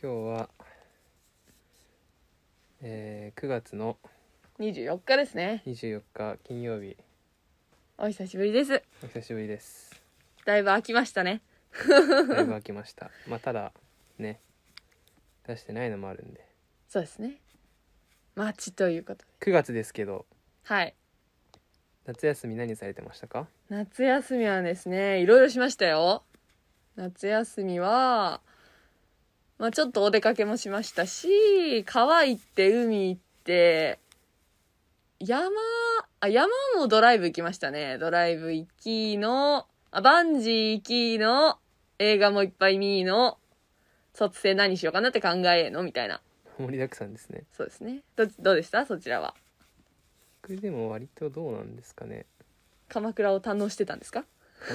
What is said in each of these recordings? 今日は、えー9月の24日ですね24日金曜日お久しぶりですお久しぶり ですだいぶ飽きましたねだいぶ空きましたまあただね出してないのもあるんでそうですね待ちということで9月ですけどはい夏休み何されてましたか夏休みはですねいろいろしましたよ夏休みはまあちょっとお出かけもしましたし川行って海行って山あ山もドライブ行きましたねドライブ行きのあバンジー行きの映画もいっぱい見の卒生何しようかなって考えのみたいな盛りだくさんですねそうですねどどうでしたそちらは僕でも割とどうなんですかね鎌倉を堪能してたんですか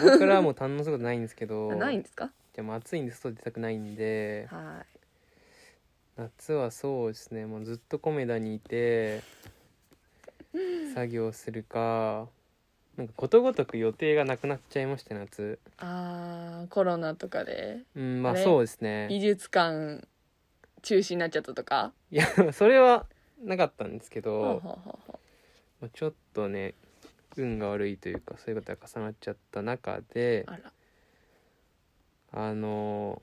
僕らはもう堪能することないんですけど あないんですかでも暑いんで外出たくないんでは夏はそうですねもうずっとコメダにいて作業するかなんかことごとく予定がなくなっちゃいました夏いあーコロナとかでうんまああれそうです美ね術館中止になっちゃったとかいや それはなかったんですけほうどほうほうほまあちょっとね運が悪いというかそういうことが重なっちゃった中でうあらあの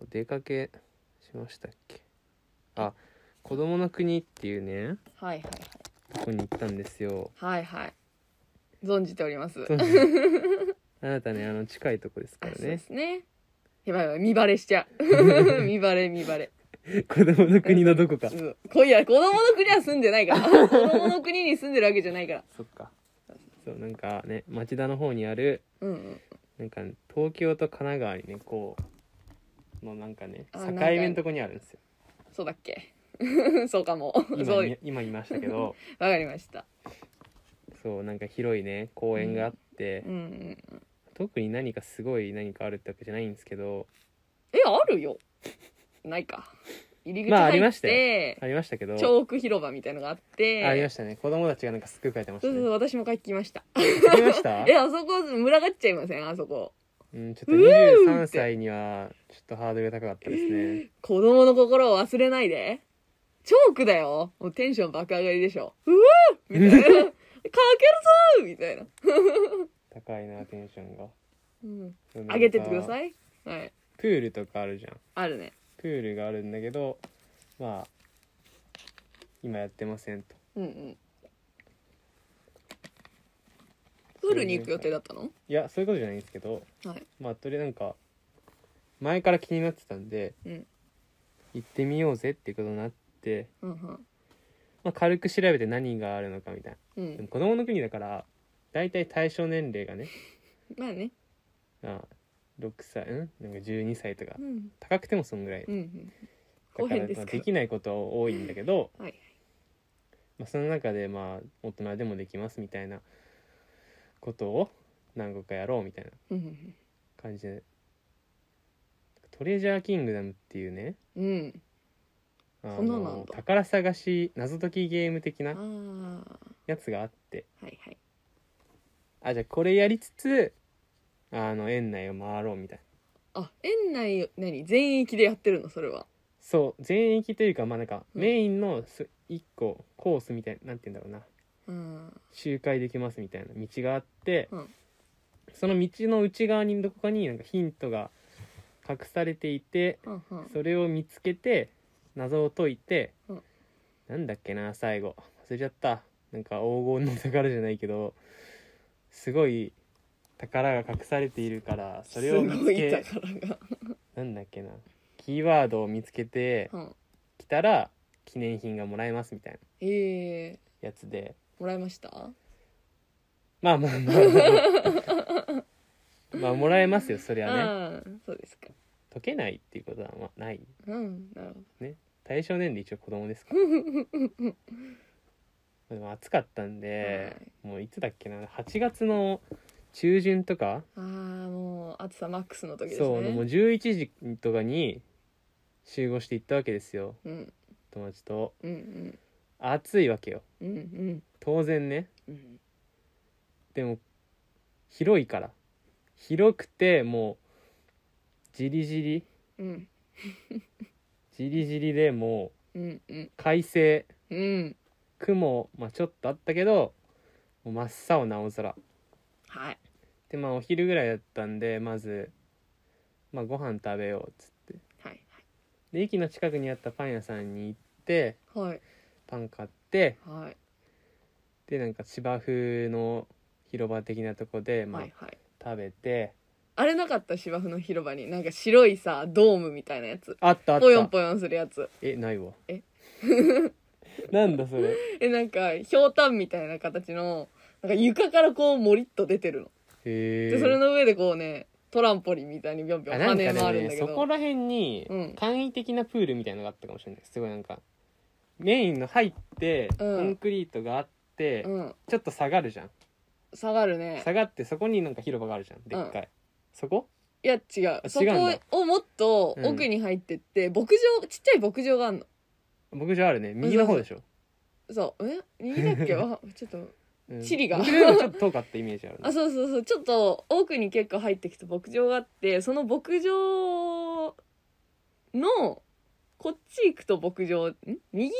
お出かけしましたっけあ子供の国っていうねはいはいとこに行ったんです よはいはいはい存じておりますそうねあなたねあの近いとこですあからそうでねすねやばいやばい見バレしちゃ う見バレ見バレ子供の国のどこ かうんこいや子供の国は住んでないから子供の国に住んでるわけじゃないからそっかそうなんかね町田の方にあるうんうんなんか東京と神奈川にねこうのなんかねあ境目のとこにあるんです よそうだっけ そうかもそ今うに今言いましたけ どわかりましたそうなんか広いね公園があって、うんうん特に何かすごい何かあるってわけじゃないんですけどえあるよないか入り口まああり入まっしたてありましたけどチョーク広場みたいのがあってありましたね子供たちがなんかすく書いてましそたうそうそねう私も書きましたありましたえ、あそこ、群がっちゃいませんあそこ。うん ちょっと23歳にはちょっとハードルが高かったですね子供の心を忘れないで。チョークだよもうテンション爆上がりでしょ。うわみ たいな。かけるぞーみたいな。高いなテンションがうん。そうなんか上げてってください。はい。プールとかあるじゃんあるね。プールがあるんだけどまあ今やってませんとうんうん。プールに行く予定だったのいやそういうことじゃないんですけどはい。まあとりあえずなんか前から気になってたんでうん。行ってみようぜっていうことになって、うんうん。まあ、軽く調べて何があるのかみたいなうでもん。子供の国だから大体対象年齢がねまあね。あ6歳うんなんか12歳とかうん。高くてもそんぐらいうんうん。だ後から編まですあかできないことは多いんだけど、ら。はい。まあ、その中でまあ大人でもできますみたいなことを何個かやろうみたいなうん感じで「トレジャーキングダム」っていうねうんうん。あそんなのあんのだ宝探し謎解きゲーム的うん。なあやつがあってあ。はいはい。あじゃあこれやりつつあの園内を回ろうみたいなあ、園内、何全域でやってるのそれは。そう全域というかまあなんかうんメインのす一個コースみたいななんて言うんだろうなうん。周回できますみたいな道があって、うんその道の内側にどこかになんかヒントが隠されていてうんうんそれを見つけて謎を解いて、うんなんだっけな最後忘れちゃったなんか黄金の宝じゃないけどすごい宝が隠されているからそれを見すつごいけ宝が、なんだっけなキーワードを見つけてうん、来たら記念品がもらえますみたいなえやつでー、もらいましたまあまあまあまあもらえますよそりゃねああそうですか解けないっていうことはまあないうんなるほ対象年齢一応子供ですからでも暑かったんで、もういつだっけな8月の中旬とか、どああもう暑さマックスの時ですねそうもう11時とかに集合して行ったわけですようん友達とうん暑いわけようんうんうん当然ねうんでも広いから広くてもうじりじりうんじりじりでもうんうんう快晴うん雲、まあ、ちょっとあったけどもう真っ青な青空はいでまあお昼ぐらいだったんでまず、まあ、ご飯食べようっつってはいで駅の近くにあったパン屋さんに行ってはいパン買ってはいでなんか芝生の広場的なとこで、まあはい、はい食べてあれなかった芝生の広場になんか白いさドームみたいなやつあったあっぽよんたぽよんするやつえないわえ なんだそれえなんかひょうたんみたいな形のなんか床からこうもりっと出てるの、へでそれえの上でこうねトランポリンみたいにビョンビョンな跳んかね回るんだねけそど、こら辺にうん簡易的なプールみたいなのがあったかもしれないすごいなんかメインの入ってコうんンクリートがあって、うんちょっと下がるじゃん下がるね下がってそこになんか広場があるじゃんでっかい、そこいや違うそこをもっと奥に入ってって、牧場ちっちゃい牧場があんの牧場あるね右の方でしょ、そうえ右だっ けわちょっとうん、地理が牧場よりちょっと遠かったイメージあるあそうそうそうちょっと奥に結構入ってきた牧場があってその牧場のこっち行くと牧場ん右手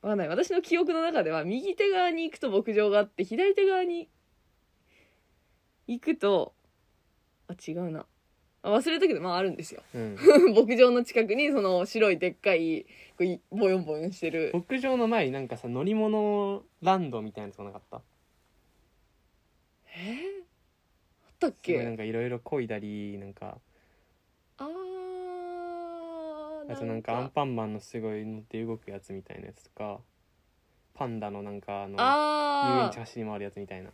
はない私の記憶の中では右手側に行くと牧場があって左手側に行くとあ違うなあ忘れたけどまああるんですよ うん、牧場の近くにその白いでっかいこういボヨンボヨンしてる牧場の前になんかさ乗り物ランドみたいなやつがなかったえー、あったっすごいなけんかいろいろこいだりなんかあーあとなんかアンパンマンのすごい乗って動くやつみたいなやつとかパンダのなんかあの遊園あ地走り回るやつみたいな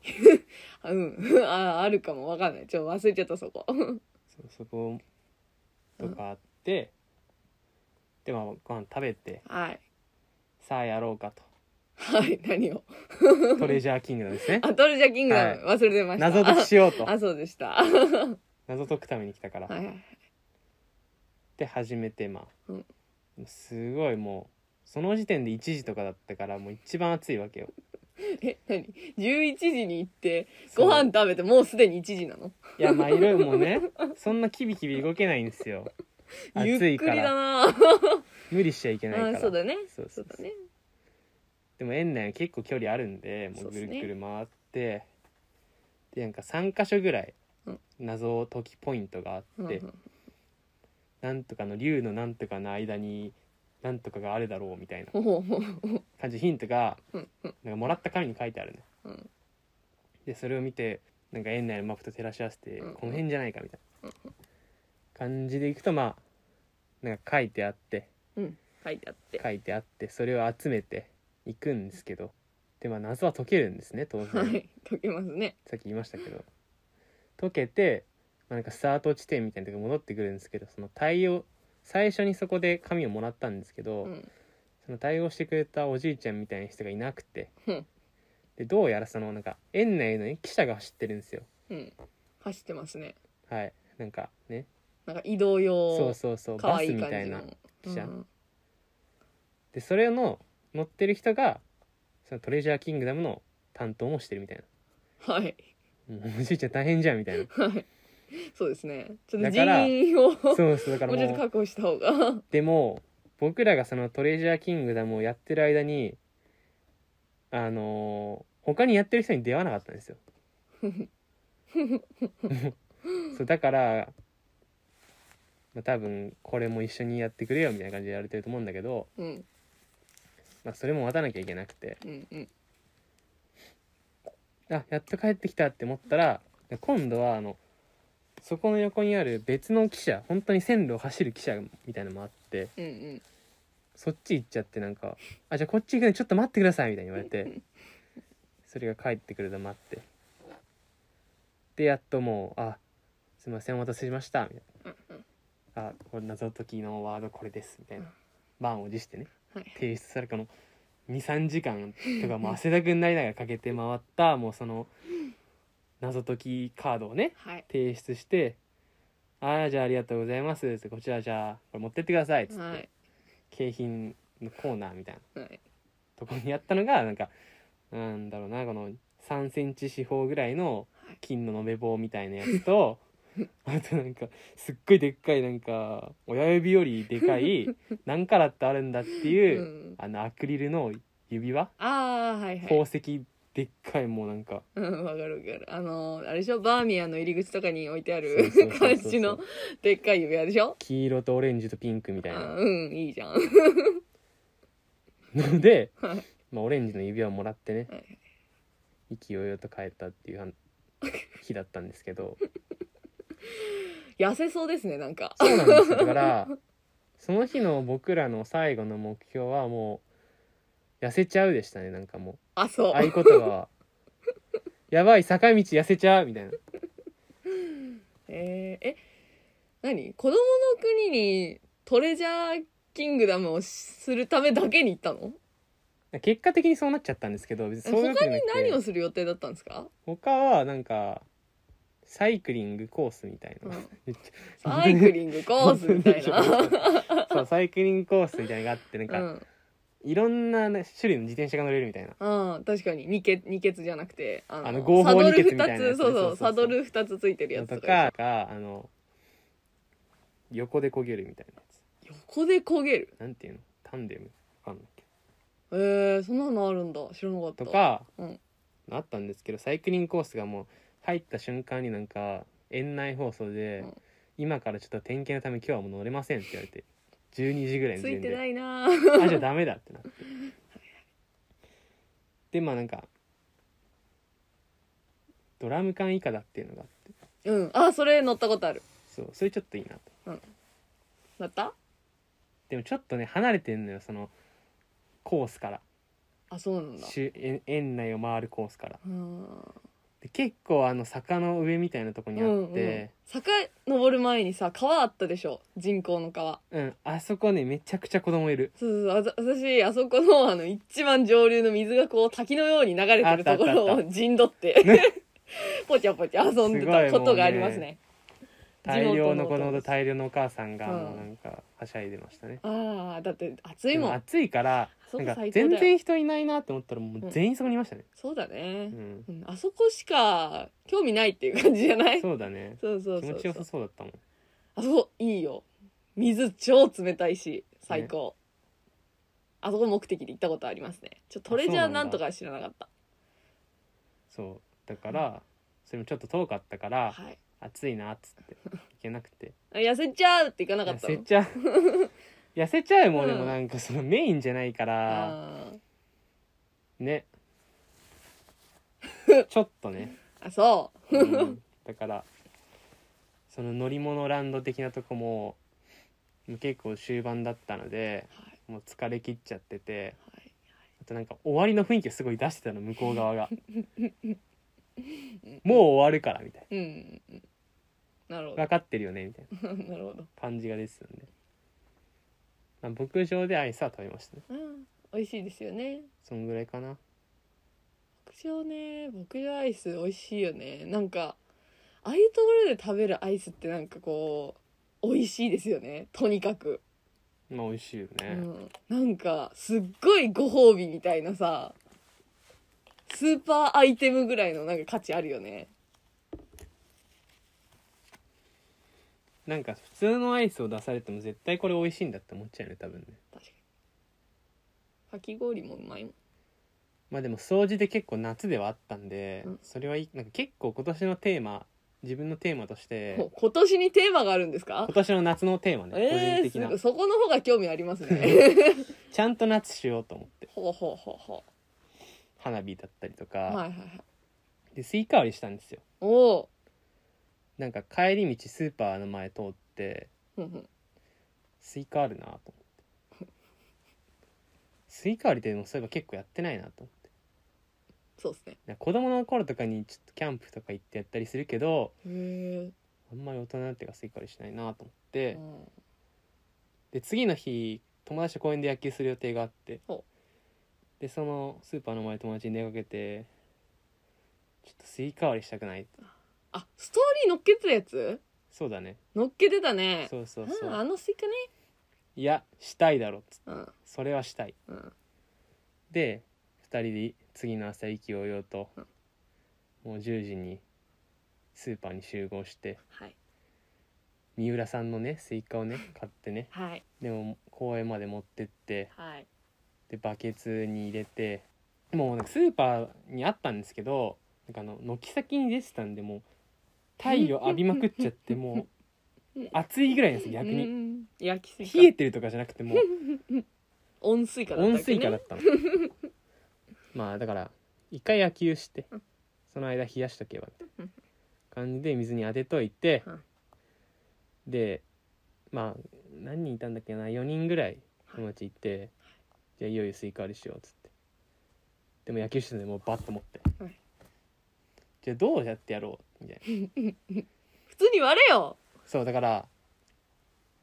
あ、うん。 あ、あるかもわかんない。ちょ、忘れちゃった、 そこ。そうそことかあって、でまあご飯食べてはい。さあやろうか はい、何を。とトレジャーキングダムですねあ、トルジャーキングダム、忘れてました。謎解きしようと あ、そうでした。は謎解くために来たから、いはい。で始めてまあ、うんすごいもうその時点で1時とかだったからもう一番暑いわけよえ、何 ?11 時に行って、ご飯食べて、もうすでに1時なのいやまあいろいろもう ねそんなキビキビ動けないんですよゆっ暑くいりかだらなあ無理しちゃいけないからーそうだね。そうそそそうううだね。でも園内は結構距離あるんでもそううっぐするねぐる回って、でなんか3箇所ぐらいうん謎解きポイントがあうんっうて、んなんとかの竜のなんとかの間になんとかがあるだろうみたいなほうほう感じヒントがうんなんかもらった紙に書いてあるね、うんでそれを見てなんか園内のマップと照らし合わせて、うんこの辺じゃないかみたいな感じでいくとまあなんか書いてあってうん。書いてあって。書いてあってそれを集めていくんですけどでまあ謎は解けるんですね当は 然、い。解けますね。さっき言いましたけど解けて、まあ、なんかスタート地点みたいなとこ戻ってくるんですけどその対応最初にそこで紙をもらったんですけど、うん。その対応してくれたおじいちゃんみたいな人がいなくてうんでどうやらそのなんか園内の、ね、汽車が走ってるんですようん。走ってますね。はいなんかねなんか移動用。そうそうそう可バ愛スいみた感いじのな汽車うんでそれの乗ってる人がそのトレジャーキングダムの担当もしてるみたいなはい。うんおじいちゃん大変じゃんみたい なはい。そうですね。ちょっだと人から員をもうちそうそうだからょっともう確保した方が。でも僕らがそのトレジャーキングダムをやってる間にあのー他にやってる人に出会わなかったんですよそうだから、まあ、多分これも一緒にやってくれよみたいな感じでやられてると思うんだけど、うんまあ、それも待たなきゃいけなくてうんうんあやっと帰ってきたって思ったら今度はあのそこの横にある別の汽車本当に線路を走る汽車みたいなのもあってうんうん。そっち行っちゃってなんか「あじゃあこっち行くねちょっと待ってください」みたいに言われ てそれが帰ってくるの待ってでやっともう「あすいませんお待たせしました」みたいな「あこれ謎解きのワードこれです」みたいな満を持してねはい。提出されるこの23時間とかもう汗だくになりながらかけて回ったもうその謎解きカードをねはい。提出して「ああじゃあありがとうございます」ってこちらじゃあこれ持ってってください」っつって。はい。景品のコーナーみたいなはい。とこにやったのがなんかなんだろうなこの3センチ四方ぐらいの金の延べ棒みたいなやつと あとなんかすっごいでっかいなんか親指よりでか い何カラットあるんだっていう、うんあのアクリルの指輪ああはいはい宝石でっかいもうなんかうん、わかるわかる。あの、あれでしょバーミヤンの入り口とかに置いてあるそうそうそうそう感じのでっかい指輪でしょ黄色とオレンジとピンクみたいあなうん、いいじゃん。ので、はいまあ、オレンジの指輪をもらってね、はいは意気揚々と帰ったっていうあの日だったんですけど痩せそうですね、なんか。そうなんですよだからその日の僕らの最後の目標はもう痩せちゃうでしたねなんかもあ、そうう。合言葉は「やばい坂道痩せちゃう」みたいなえー、え、何子供の国にトレジャーキングダムをするためだけに行ったの結果的にそうなっちゃったんですけど別にそういうわ他けじゃになく何をてする予定だったんですか他はなんかサイクリングコースみたいなうん めっちサイクリングコースみたいな。ゃ そうサイクリングコースみたいなのがあってなんうか、んいろんなね種類の自転車が乗れるみたいなうん、確かに二ケ二ケツじゃなくてああの合法二ケツみたいなやつねサドル二つそうそうそうそうそうサドル二つついてるやのつととかでしょかがあの横でこげるみたいなや横で焦げるつなんていうのタンデムわかんないけえー、そんなのあるんだ知らなかったどとか、うんあったんですけどサイクリングコースがもう入った瞬間になんか園内放送で、うん今からちょっと点検のため今日はもう乗れません」って言われて12時ぐらいのつ時い点てでないなぁあじゃあダメだってなってでまあなんかドラム缶以下だっていうのがあってうんあそれ乗ったことあるそうそれちょっといいなと乗ったでもちょっとね離れてんのよそのコースからあそうなんだ周園園内を回るコースからうんで結構あの坂の上みたいなとこにあうんっうんて、坂登る前にさ川あったでしょ人工の川うんあそこねめちゃくちゃ子供いるそうそうそうあざ私あそこのあの一番上流の水がこう滝のように流れてるところあったあったあを陣取って、 ぽちゃぽちゃ遊んですごいたもうねことがありますね大量の子地元のお供友と達大量のお母さんがうんもうなんかはしゃいでましたね、ああだって暑いでももん暑いからそなこんか最高だよ全然人いないなって思ったらもう全員そこにいましたね、そうだねう、んうんあそこしか興味ないっていう感じじゃないそうだねそうそう気そう持ちそうよさそうだったもんあそこいいよ水超冷たいし最高、あそこ目的で行ったことありますねちょトレジャあーそうななんだんとか知らなかったそうだからそれもちょっと遠かったからはい暑いなっつって行けなくてあ痩せちゃうって行かなか痩ったのせち ゃう痩せちゃうもんでうもんなんかそのメインじゃないからあ ねちょっとね、ーあそうんだからその乗り物ランド的なとこももう結構終盤だったのでうはいもう疲れ切っちゃっててはいあとなんか終わりの雰囲気をすごい出してたの向こう側が んもう終わるからみたいうんうんうんなるほな分かってるよねみたいなど なるほど感じが出てたんで、まあ、牧場でアイスは食べましたねうん美味しいですよねそんぐらいかな牧場ね牧場アイス美味しいよねなんかああいうところで食べるアイスってなんかこう美味しいですよねとにかく、まあ美味しいよね、うん、なんかすっごいご褒美みたいなさスーパーアイテムぐらいのなんか価値あるよねなんか普通のアイスを出されても絶対これ美味しいんだって思っちゃうよね多分ね確かにかき氷もうまいもんまあでも掃除で結構夏ではあったんで、うんそれはいいなんか結構今年のテーマ自分のテーマとしほうて今年にテーマがあるんですか今年の夏のテーマね、え個ー、人す的ごいなそこの方が興味ありますねちゃんと夏しようと思ってほうほうほうほ花火だったりとか、うはいはいはいでスイカ割りしたんですよおおなんか帰り道スーパーの前通ってふんふんスイカあるなと思ってスイカ割りってでもそういえば結構やってないなと思ってそうですねなんか子供の頃とかにちょっとキャンプとか行ってやったりするけどへあんまり大人になってからスイカ割りしないなと思っえ、てうんで次の日友達と公園で野球する予定があってほでそのスーパーの前友達に出かけてちょっとスイカ割りしたくないあ、ストーリー乗っけてたやつそうだね乗っけてたね。そうそううそんあうのスイカね。いやしたいだろっつってうん。それはしたいうん。で2人で次の朝意気揚々とうんもう10時にスーパーに集合してはい。三浦さんのねスイカをね買ってねはいでも公園まで持ってってはいでバケツに入れてもうなんかスーパーにあったんですけどなんかあの軒先に出てたんでもう太陽浴びまくっちゃってもう暑いぐらいなんですよ逆うにん焼きス冷えイカてるとかじゃなくてもう温水かだった温っけ水化だね ったのまあだから一回野球してうんその間冷やしとけばみたいうんな感じで水に当てといてうんでまあ何人いたんだっけな4人ぐらい友達行ってじゃあいよいよスイカ割りしようっつってでも野球してたんでもうバッと持ってうんじゃあどうやってやろうみたいな普通に割れよそうだから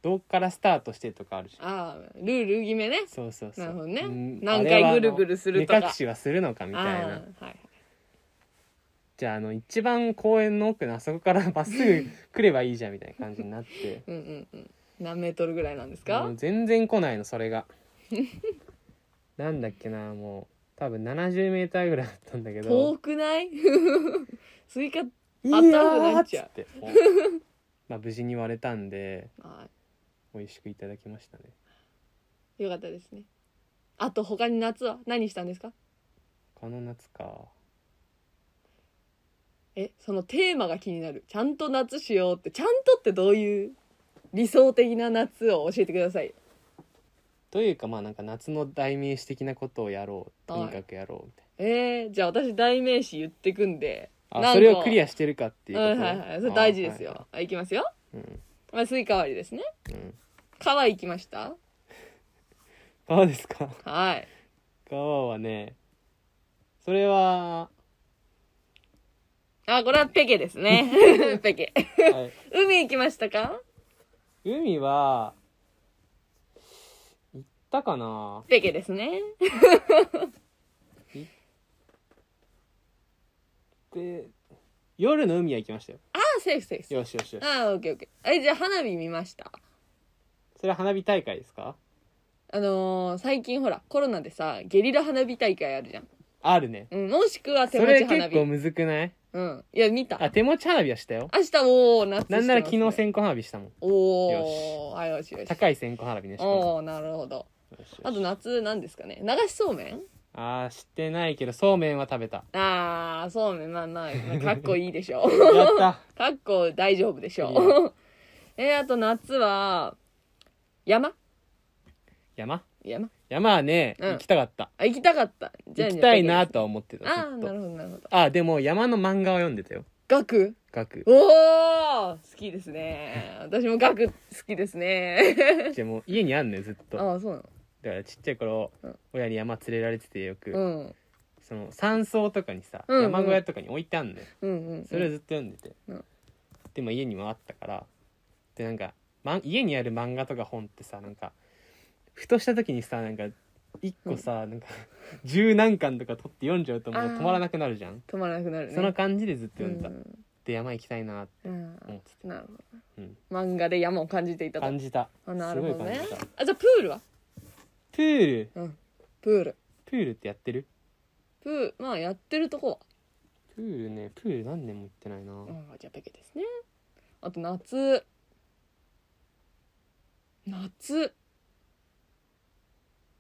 どっからスタートしてとかあるしああルール決めねそうそうそうなるほどねうん何あれ回はあのぐるぐるするとか目隠しはするのかみたいあなあはいじゃああの一番公園の奥のあそこからまっすぐ来ればいいじゃんみたいな感じになってうんうんうん何メートルぐらいなんですもかう全然来ないのそれ がなんだっけなもう多分7 0ーぐらいだったんだけど遠くない スイカ「遠くあったかくなっいちやーゃっつってもう まあ無事に割れたんであ美味しくいただきましたねあよかったですねあと他に夏は何したんですかこの夏かえそのテーマが気になるちゃんと夏しようってちゃんとってどういう理想的な夏を教えてくださいというかまあなんか夏の代名詞的なことをやろうとにかくやろうみたいえー、じゃあ私代名詞言ってくんでな、なんあかそれをクリアしてるかっていうこと、うんはいはいそれ大事ですよあーははい、いきますよいはいまあスイカ割りですねうんうん川行きましたどうですかはい川はねそれは、あこれはペケで すねペケはい海行きましたか海は行ったかなペケですねで夜の海は行きましたよああセーフセーフセーよしよしよフしああオッケーオッケーえじゃあ花火見ましたそれは花火大会ですかあのー、最近ほらコロナでさゲリラ花火大会あるじゃん、あるねうん、もしくは手そ持ちれ花結火構むずくないうんいや見たあ手持ち花火はしたよ明日も夏してなますねんなら昨日線香花火したもんおおはいよしよし高い線香花火ねしかもおおなるほどよしよしあと夏なんですかね流しそうめんあーしてないけどそうめんは食 べたああそうめんまあまあかっこいいでしょ やったかっこ大丈夫でしいいよょえー、あと夏は山山山山はね、うん行きたかったあ行きたかったじゃあ行きたいなじとは思ってたゃずっあああーとなるほどなるほどあでも山の漫画を読んでたよ学学おお好きですね私も学好きで すねでもう家にあんのよずっとだかああそうらちっちゃい頃、うん親に山連れられててよく、なのうんその山荘とかにさ、うんうん山小屋とかに置いてあんのようんうんそれをずっと読んでて、うんでも家にもあったからでなんか、ま、家にある漫画とか本ってさなんかふとした時にさなんか一個さ、なんか 十何巻とか取って読んじゃうともうあー止まらなくなるじゃん、止まらなくなるねその感じでずっと読んでた、うんで山行きたいなってうん思ってなるほた、うん、ど漫画で山を感じていたと感じたあなるほどねすごい感じたあじゃあプールはプールうんプールプールってやってるプールまあやってるとこはプールねプール何年も行ってないな、あじゃあペケですねあと夏夏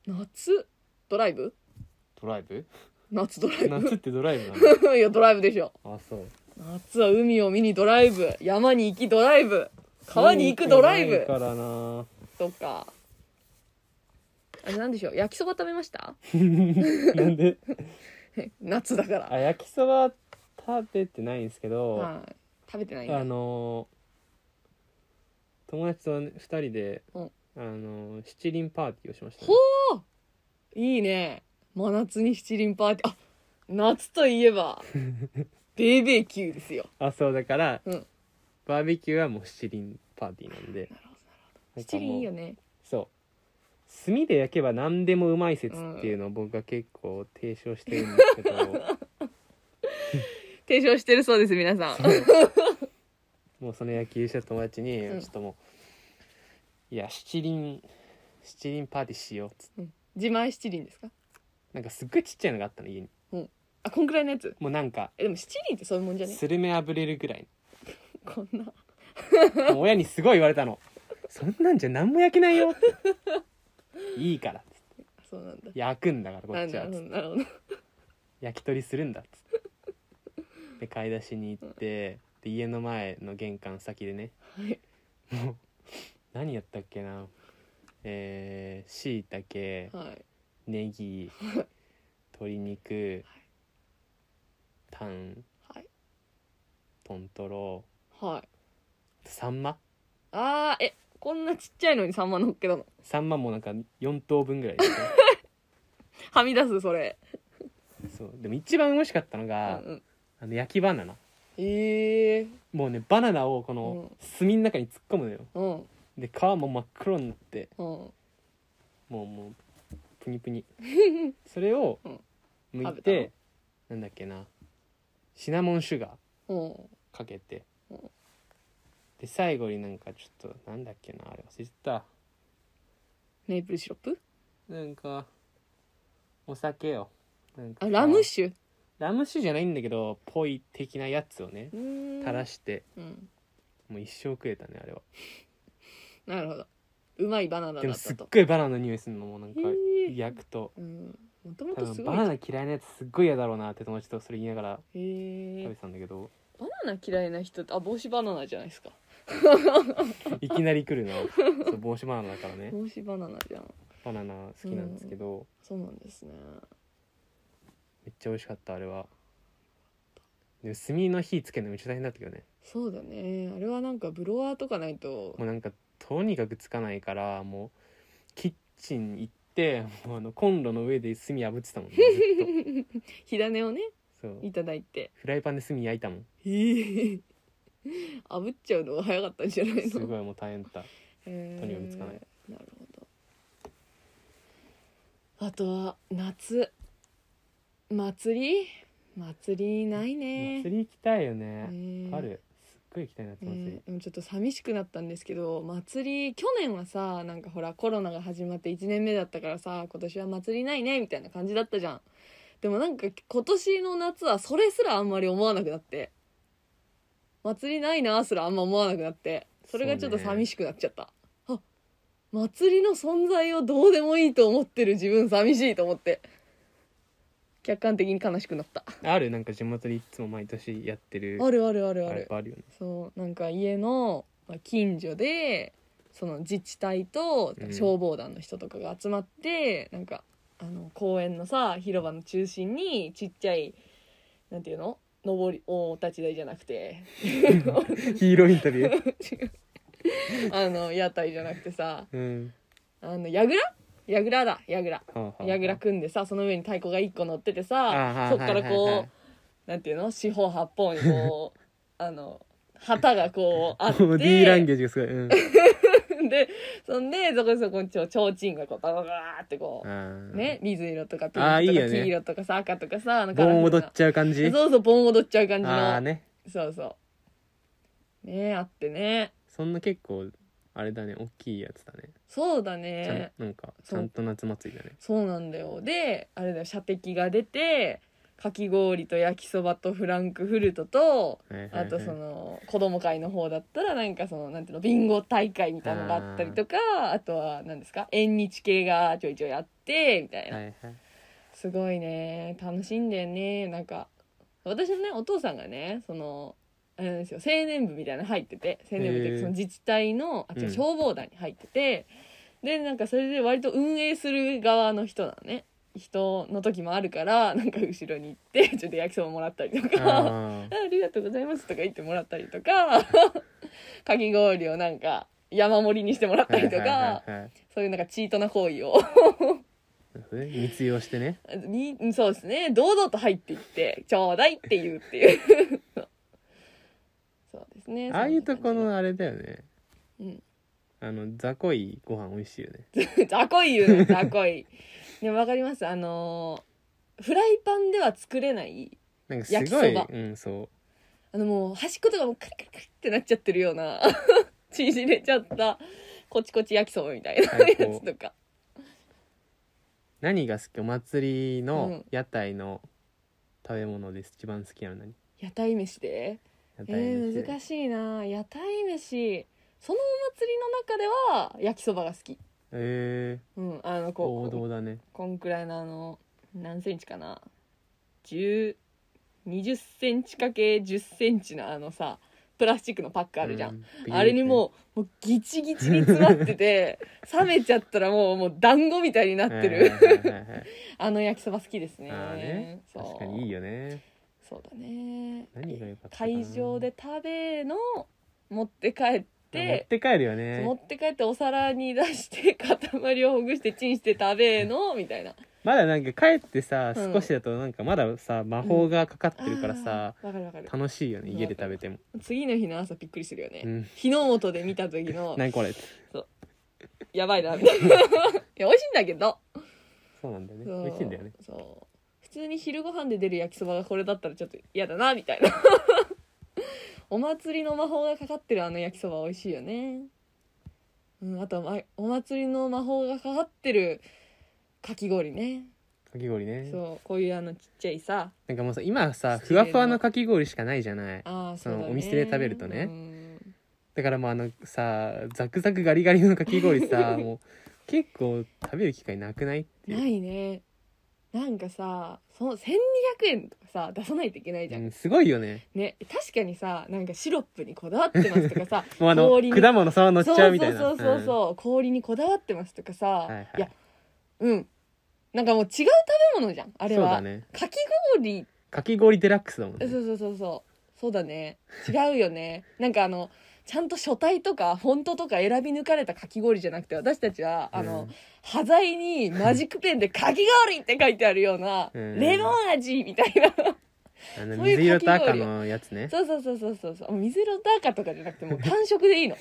夏ドライブドライ ブ夏ドライ夏ってドライブなブ いやドライブでしょのあそう夏は海を見にドライブ山に行きドライブ川に行くドライないブからなとかあれなんでしょう焼きそば食べました なんで夏だからあ焼きそば食べてないんですけど、はい食べてないんだあのー友達と2人で、うんあのー七輪パーティーをしました、ねほ、いいね真夏に七輪パーティーあ夏とい えばベーベーキューですよあそうだから、うんバーベキューはもう七輪パーティーなんでなるほどなんか七もう輪いいよねそう炭で焼けば何でもうまい説っていうのを僕が結構提唱してるんですけど、 提唱してるそうです皆さん もうその野球した友達に、うんちょっともう「いや七輪七輪パーティーしよう」っつって自前七輪ですかなんかすっごいちっちゃいのがあったの家にあこんくらいのやつもうなんかえでも七輪ってそういうもんじゃねスルメあぶれるぐらいこんなもう親にすごい言われた の「そんなんじゃ何も焼けないよ」って「いいから」ってそうなんだ焼くんだからこなっんちだはろつってうなるほど焼き鳥するんだっつってで買い出しに行ってで家の前の玄関先でねはいもう 何やったっけなえー、しいたけはいネギ鶏肉タンはい豚トロはいサンマあーえこんなちっちゃいのにサンマ乗っけたのサンマもなんか4等分ぐらいですねはみ出すそれそうでも一番美味しかったのが、うんうんあの焼きバナナええもうねバナナをこの炭の中に突っ込むのようんで皮も真っ黒になってうんもうもうプニプ ニそれをうん剥い食べて、なんだっけなシナモンシュガーうんかけて、うんで最後になんかちょっとなんだっけなあれ忘れてたメープルシロップなんかお酒をなんかあさラム酒ラム酒じゃないんだけどポイ的なやつをね垂垂らして、うんもう一生食えたねあれはなるほどうまいバナナでだもっすたっとごいバナナの匂いするのもなんかへー焼くとうんもとも多とす分ごバいナへナ嫌いなやつすっごい嫌だろうなって友達とそれ言いながら食べえてたんだけどバナナ嫌いな人ってあ帽子バナナじゃないですかいきなり来るなそう帽子バナナだからね帽子バナナじゃんバナナ好きなんですけど、そうなんですねめっちゃ美味しかったあれはでも炭の火つけるのめっちゃ大変だったけどねそうだねあれはなんかブロワーとかないともうなんかとにかくつかないからもうキッチン行ってもうあのコンロの上で炭炙ってたもんねずっ火種をねとそういただいてフライパンで炭焼いたもんええ炙っちゃうのが早かったんじゃないのすごいもう大変だったへーとにかくつかないなるほどあとは夏祭り祭りないね祭り行きたいよね、ねあるすっごい行きたい夏祭り、ねでもちょっと寂しくなったんですけど祭り去年はさなんかほらコロナが始まって1年目だったからさ今年は祭りないねみたいな感じだったじゃんでもなんか今年の夏はそれすらあんまり思わなくなって祭りないなすらあんま思わなくなってそれがちょっと寂しくなっちゃった、あ祭りの存在をどうでもいいと思ってる自分寂しいと思って客観的に悲しくなったあるなんか地元でいつも毎年やってるあるあるあるああれるいっぱいあるよね そうなんか家のまあ近所でその自治体とうん消防団の人とかが集まって、なんかあの公園のさ広場の中心にちっちゃいなんていうの上りお立ち台じゃな くてヒーローインタビューあの屋台じゃなくてさうんあの櫓櫓だ櫓はあはあはあ櫓組んでさその上に太鼓が1個乗っててさあーそっからはいはいはいはこいう なんていうの四方八方にこうあの旗がこうあってもう D ランゲージがすごい。うん。 でそんでそこそこにちょちょうちんがこうバババーってこあう、ー。ね水色とかピンクとあかーいいよね黄色とかさ赤とかさあの盆カラフル踊っなちゃう感じ。そうそう盆踊っちゃう感じあの、あね。そうそうねあってねそんな結構、あれだね、大きいやつだね。そうだちゃんねなんか、ちそうゃんと夏祭りだね。そうなんだよであれだよ射的が出てかき氷と焼きそばとフランクフルトとはいはいはあいとその子供会の方だったらなんかそのなんていうのビンゴ大会みたいなのがあったりとかあとは何ですか縁日系がちょいちょいあってみたいな、はいはい。すごいね楽しいんだよねなんか私のねお父さんがねそのあれなんですよ青年部みたいなの入ってて青年部っていへうかーその自治体のあ違ううん消防団に入ってて、でなんかそれで割と運営する側の人なのね人の時もあるからなんか後ろに行ってちょっと焼きそばもらったりとか。 ああありがとうございますとか言ってもらったりとかかき氷をなんか山盛りにしてもらっあ。はたいりはいとかはいはい。そういうなんかチートな行為をなるほどね密用してね。にそうですね堂々と入っていってちょうだいって言うっていう そうですねああいうそんとな感こじのあれだよね。うんあの、雑魚いご飯美味しいよね。雑魚い言うの雑魚いでもわかりますあのーフライパンでは作れないなんかすご焼い、きそばうん、そう。あのもう端っことかもうカリカリカリってなっちゃってるような 縮れちゃったこちこち焼きそばみたいなはいやこうつとか何が好きお祭りうのん屋台の食べ物です。一番好きなの何屋台飯で屋え台飯ー、難しいな屋台飯そのお祭りの中では焼きそばが好きえうんあのー、王こう道だねこんくらいのあの何センチかな1020センチかけ10センチのあのさプラスチックのパックあるじゃん、うあれにもうもうギチギチに詰まって て冷めちゃったらもうもう団子みたいにな合ってる確あの焼きそば好きですねあーね そうかにいいよねそうだね何が良かったかな会場で食べの持って帰っ持ってて帰るよね持って帰ってお皿に出して塊をほぐしてチンして食べの みたいなまだなんか帰ってさうん少しだとなんかまださ魔法がかかってるからさ、あーわかるわかる楽しいよねうん家で食べても、次の日の朝びっくりするよね、うん、日の元で見た時 の何これやばいなみた いないや美味しいんだけどそうなんだよねそう美味しいんだよねそう普通に昼ご飯で出る焼きそばがこれだったらちょっと嫌だなみたいな お祭りの魔法がかかってるあの焼きそば美味しいよねうんあとまお祭りの魔法がかかってるかき氷ねかき氷ねそうこういうあのちっちゃいさなんかもうさ今さ失ふ礼なわふわのかき氷しかないじゃないあーそそのうだねお店で食べるとねうんだからもうあのさザクザクガリガリのかき氷 さもう結構食べる機会なくないっていうないねなんかさその1200円とかさ出さないといけないじゃん、うん、すごいよねね確かにさなんかシロップにこだわってますと かさもうあの氷に果物そのまま乗っちゃうみたいなそうそうそううんそう、氷にこだわってますとかさ、いはいやうんなんかもう違う食べ物じゃんあれそうは、だねかき氷かき氷デラックスだもんそうねそうそうそうそうだね違うよねなんかあのちゃんと書体とかフォントとか選び抜かれたかき氷じゃなくて私たちはあうの、ん端材にマジックペンで「かき氷」って書いてあるような、うんレモン味みたいなあのそういう水色とかき赤氷のやつねそうそうそうそうそうそう水色と赤とかじゃなくてもう単色でいいの。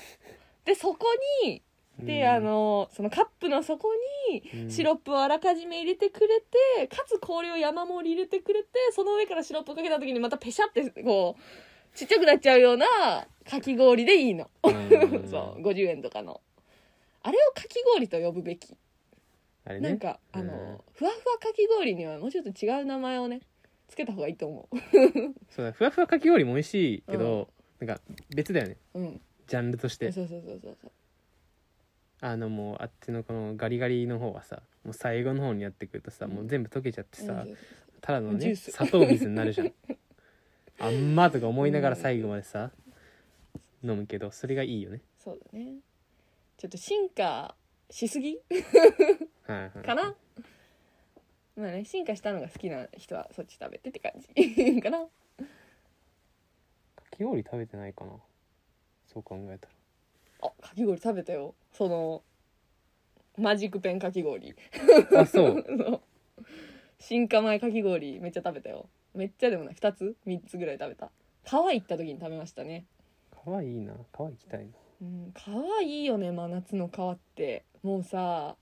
でそこにで、あのそのカップの底にうんシロップをあらかじめ入れてくれて、かつ氷を山盛り入れてくれてその上からシロップかけた時にまたペシャってこうちっちゃくなっちゃうようなかき氷でいいの、うん そう50円とかのあれをかき氷と呼ぶべき、あれねなんかあの、うんふわふわかき氷にはもうちょっと違う名前をねつけた方がいいと思そうだふわふわかき氷も美味しいけど、なんか別だよねううんジャンルとしてそうそうそうそうそうあのもうあっちのこのガリガリの方はさもう最後の方にやってくるとさ、もう全部溶けちゃってさ、うんただのジュねース砂糖水になる じゃんあんまとか思いながら最後までさ、飲むけどそれがいいよねそうだねちょっと進化しすぎはいはいかなまあね進化したのが好きな人はそっち食べてって感じかなかき氷食べてないかなそう考えたらあかき氷食べたよそのマジックペンかき氷 あそうそう進化前かき氷めっちゃ食べたよめっちゃでもない2つ3つぐらい食べた川行った時に食べましたね川いいな川行きたいなうん川いいよね真夏の川ってもうさ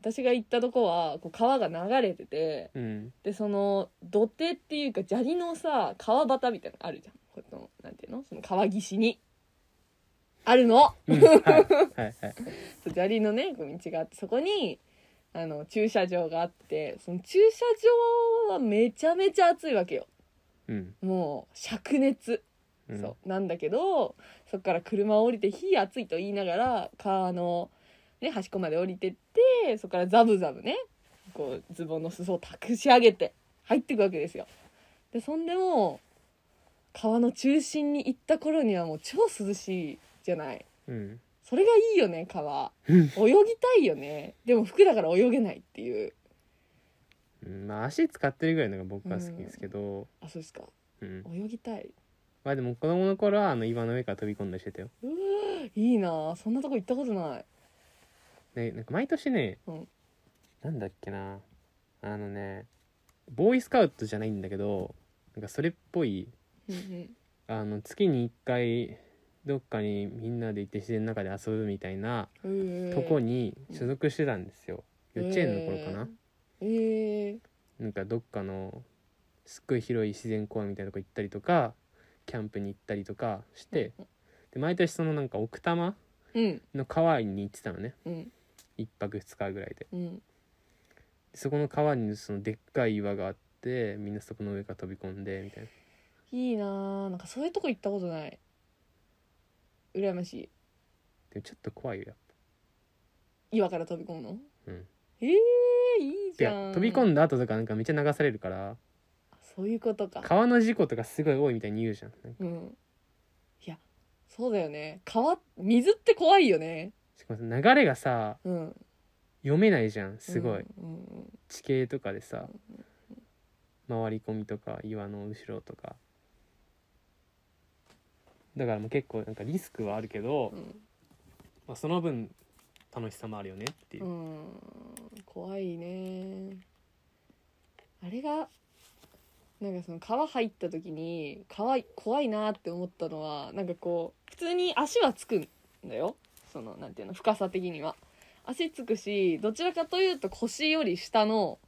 私が行ったとこはこう川が流れててうんでその土手っていうか砂利のさ川端みたいなのあるじゃんこのなんていうのその川岸にあるのうんはいはいはいそう砂利のねこう道があってそこにあの駐車場があってその駐車場はめちゃめちゃ暑いわけようん、もう灼熱、うん、そうなんだけどそこから車を降りて火暑いと言いながら川の、ね、端っこまで降りてってそこからザブザブねこうズボンの裾を託し上げて入っていくわけですよでそんでもう川の中心に行った頃にはもう超涼しいじゃないうんそれがいいよね川泳ぎたいよねでも服だから泳げないっていううん、まあ足使ってるぐらいのが僕は好きですけど、あそうですかうん泳ぎたいまあでも子供の頃はあの岩の上から飛び込んだりしてたよ、いいなあそんなとこ行ったことないね、なんか毎年ね、うんなんだっけなあのねボーイスカウトじゃないんだけどなんかそれっぽいうんうんあの月に1回どっかにみんなで行って自然の中で遊ぶみたいなとこに所属してたんですよ、幼稚園の頃かな、えー、えなんかどっかのすっごい広い自然公園みたいなとこ行ったりとかキャンプに行ったりとかしてで毎年そのなんか奥多摩ーの川に行ってたのねうんうん1泊2日ぐらいでうんそこの川にそのでっかい岩があってみんなそこの上から飛び込んでみたいないいなーなんかそういうとこ行ったことない羨ましでもちょっと怖いよやっい岩から飛び込むのぱうんえー、いいいじやゃん飛び込んだ後とかなんかめっちゃ流されるからそういうことか川の事故とかすごい多いみたいに言うじゃんなんかうんいやそうだよね川水って怖いよねしかもさ流れがさうん読めないじゃんすごい、うんうん地形とかでさ回り込みとか岩の後ろとかだからもう結構なんかリスクはあるけど、うんまあ、その分楽しさもあるよねっていう、うん怖いねあれがなんかその川入った時に川い怖いなって思ったのはなんかこう普通に足はつくんだよそのなんていうの深さ的には足つくしどちらかというと腰より下の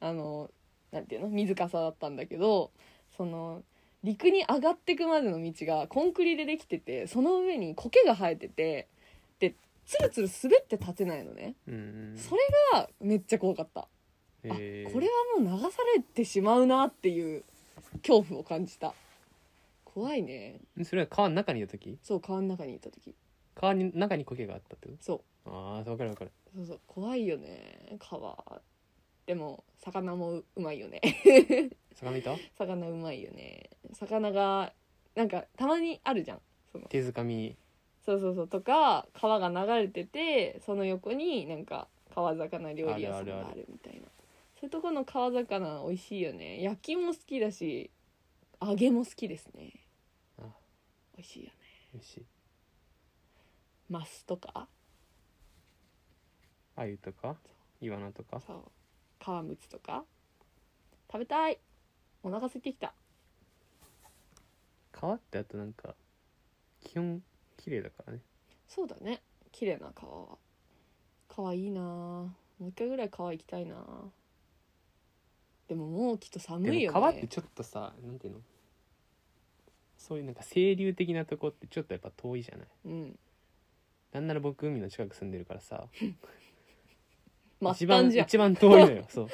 あのなんていうの水かさだったんだけどその陸に上がってくまでの道がコンクリでできててその上に苔が生えててでつるつる滑って立てないのねうんうんそれがめっちゃ怖かった、えあーこれはもう流されてしまうなっていう恐怖を感じた怖いねそれは川の中にいた時そう川の中にいた時川の中に苔があったってこそうとああ分かる分かるそうそう怖いよね川でも魚もううまいよね 魚いた魚うまいよね魚がなんかたまにあるじゃんその手づかみそうそうそうとか川が流れててその横になんか川魚料理屋さんあるがあるあるあるみたいなそういうとこの川魚美味しいよね焼きも好きだし揚げも好きですねあ美味しいよね美味しいマスとか鮎とかイワナとかそう川むつとか食べたいお腹空いてきた川ってあとなんか基本綺麗だからねそうだね綺麗な川は川いいなあもう一回ぐらい川行きたいなあでももうきっと寒いでよねも川ってちょっとさなんていうのそういうなんか清流的なとこってちょっとやっぱ遠いじゃないうんなんなら僕海の近く住んでるからさ一 末番端じゃん一番遠いのよ そう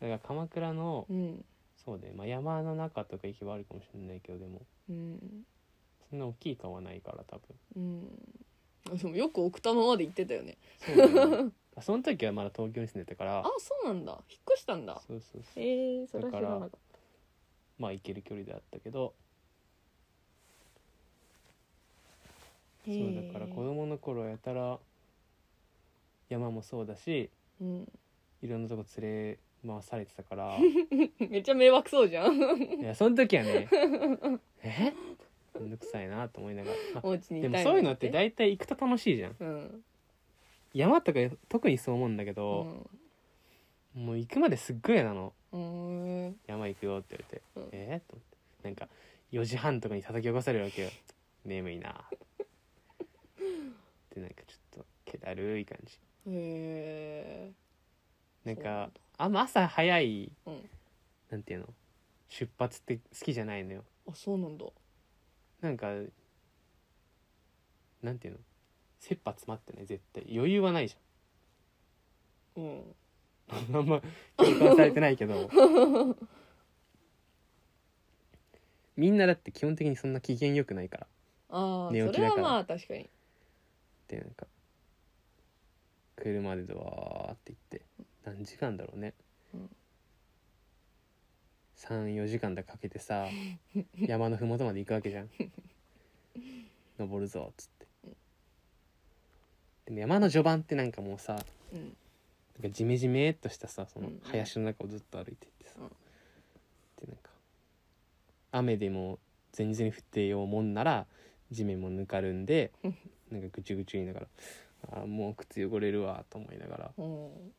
だから鎌倉のうんそうね、まあ、山の中とか行けばあるかもしれないけどでもうんそんな大きい川はないから多分うんあでもよく奥多摩まで行ってたよねそうだ よねあその時はまだ東京に住んでたからあそうなんだ引っ越したんだそうそうそうへえそれは知だかららなかったまあ行ける距離であったけどそへうえだから子供の頃はやたら山もそうだしうん、 いろんなとこ連れ回されてたからめっちゃ迷惑そうじゃん いやその時はねえめんどくさいなと思いながら、まあお家にいでたいもそういうのって大体行くと楽しいじゃんうん、山とか特にそう思うんだけうど、んもう行くまですっごい嫌なのうん、山行くよって言われて、うえーと思ってなんか4時半とかに叩き起こされるわけよ眠い なでなんかちょっと気だるい感じへえなんそうなかんだあんま朝早い、うんなんていうの出発って好きじゃないのよあそうなんだなんかなんていうの切羽詰まってね絶対余裕はないじうんゃん あんま共感されてないけどみんなだって基本的にそんな機嫌良くないからああ寝そ起きれだからはまあ確かにでなんか車でドワーって行って何時間だろうね、うん34時間だかけてさ山の麓まで行くわけじゃん登るぞっつって、でも山の序盤ってなんかもうさなうんんかジメジメっとしたさそのうんうん林の中をずっと歩いてってさ、うでんなんか雨でも全然降ってようもんなら地面もぬかるん でなんかぐちゅぐちゅ言いながらあーもう靴汚れるわと思いながらうん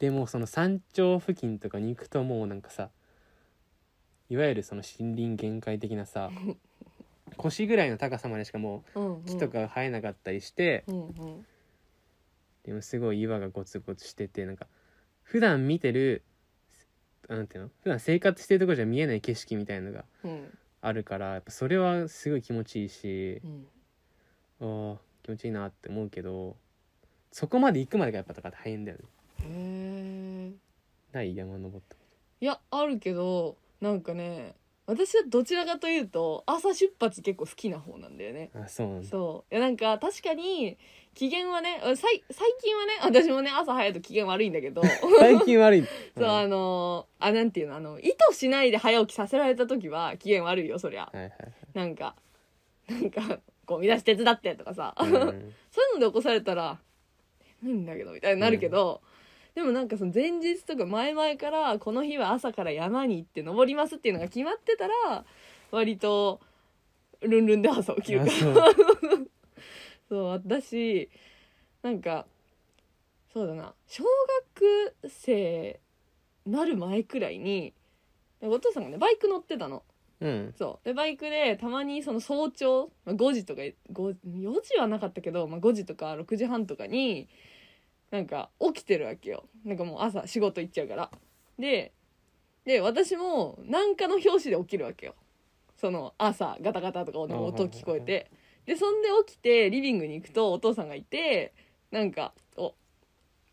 でもその山頂付近とかに行くともうなんかさいわゆるその森林限界的な さ腰ぐらいの高さまでしかもうんうんう木とか生えなかったりして、うんうんでもすごい岩がゴツゴツしててなんか普段見てるなんていうの普段生活してるとこじゃ見えない景色みたいのがうんあるからやっぱそれはすごい気持ちいいしう、んああ気持ちいいなって思うけどそこまで行くまでがやっぱだから大変だよねへえない山登ったいいやあるけどなんかね私はどちらかというと朝出発結構好きな方なんだよねあそうなんだそういやなんか確かに機嫌はねさい最近はね私もね朝早いと機嫌悪いんだけど最近悪い、うん そうあのあなんていうのあの意図しないで早起きさせられた時は機嫌悪いよそりゃはいなんかなんかゴミ出し手伝ってとかさ、はい、そううい んうので起こされたらないんだけどみたいになるけど、でもなんかその前日とか前々からこの日は朝から山に行って登りますっていうのが決まってたら割とルンルンで朝起きるあ からそうそう私なんかそうだな小学生なる前くらいにお父さんがねバイク乗ってたのうんそうでバイクでたまにその早朝まあ5時とか5 4時はなかったけど、まあ、5時とか6時半とかになんか起きてるわけよなんかもう朝仕事行っちゃうからでで私も何かの拍子で起きるわけよその朝ガタガタとかあはいのはい音聞こえてでそんで起きてリビングに行くとお父さんがいてなんかお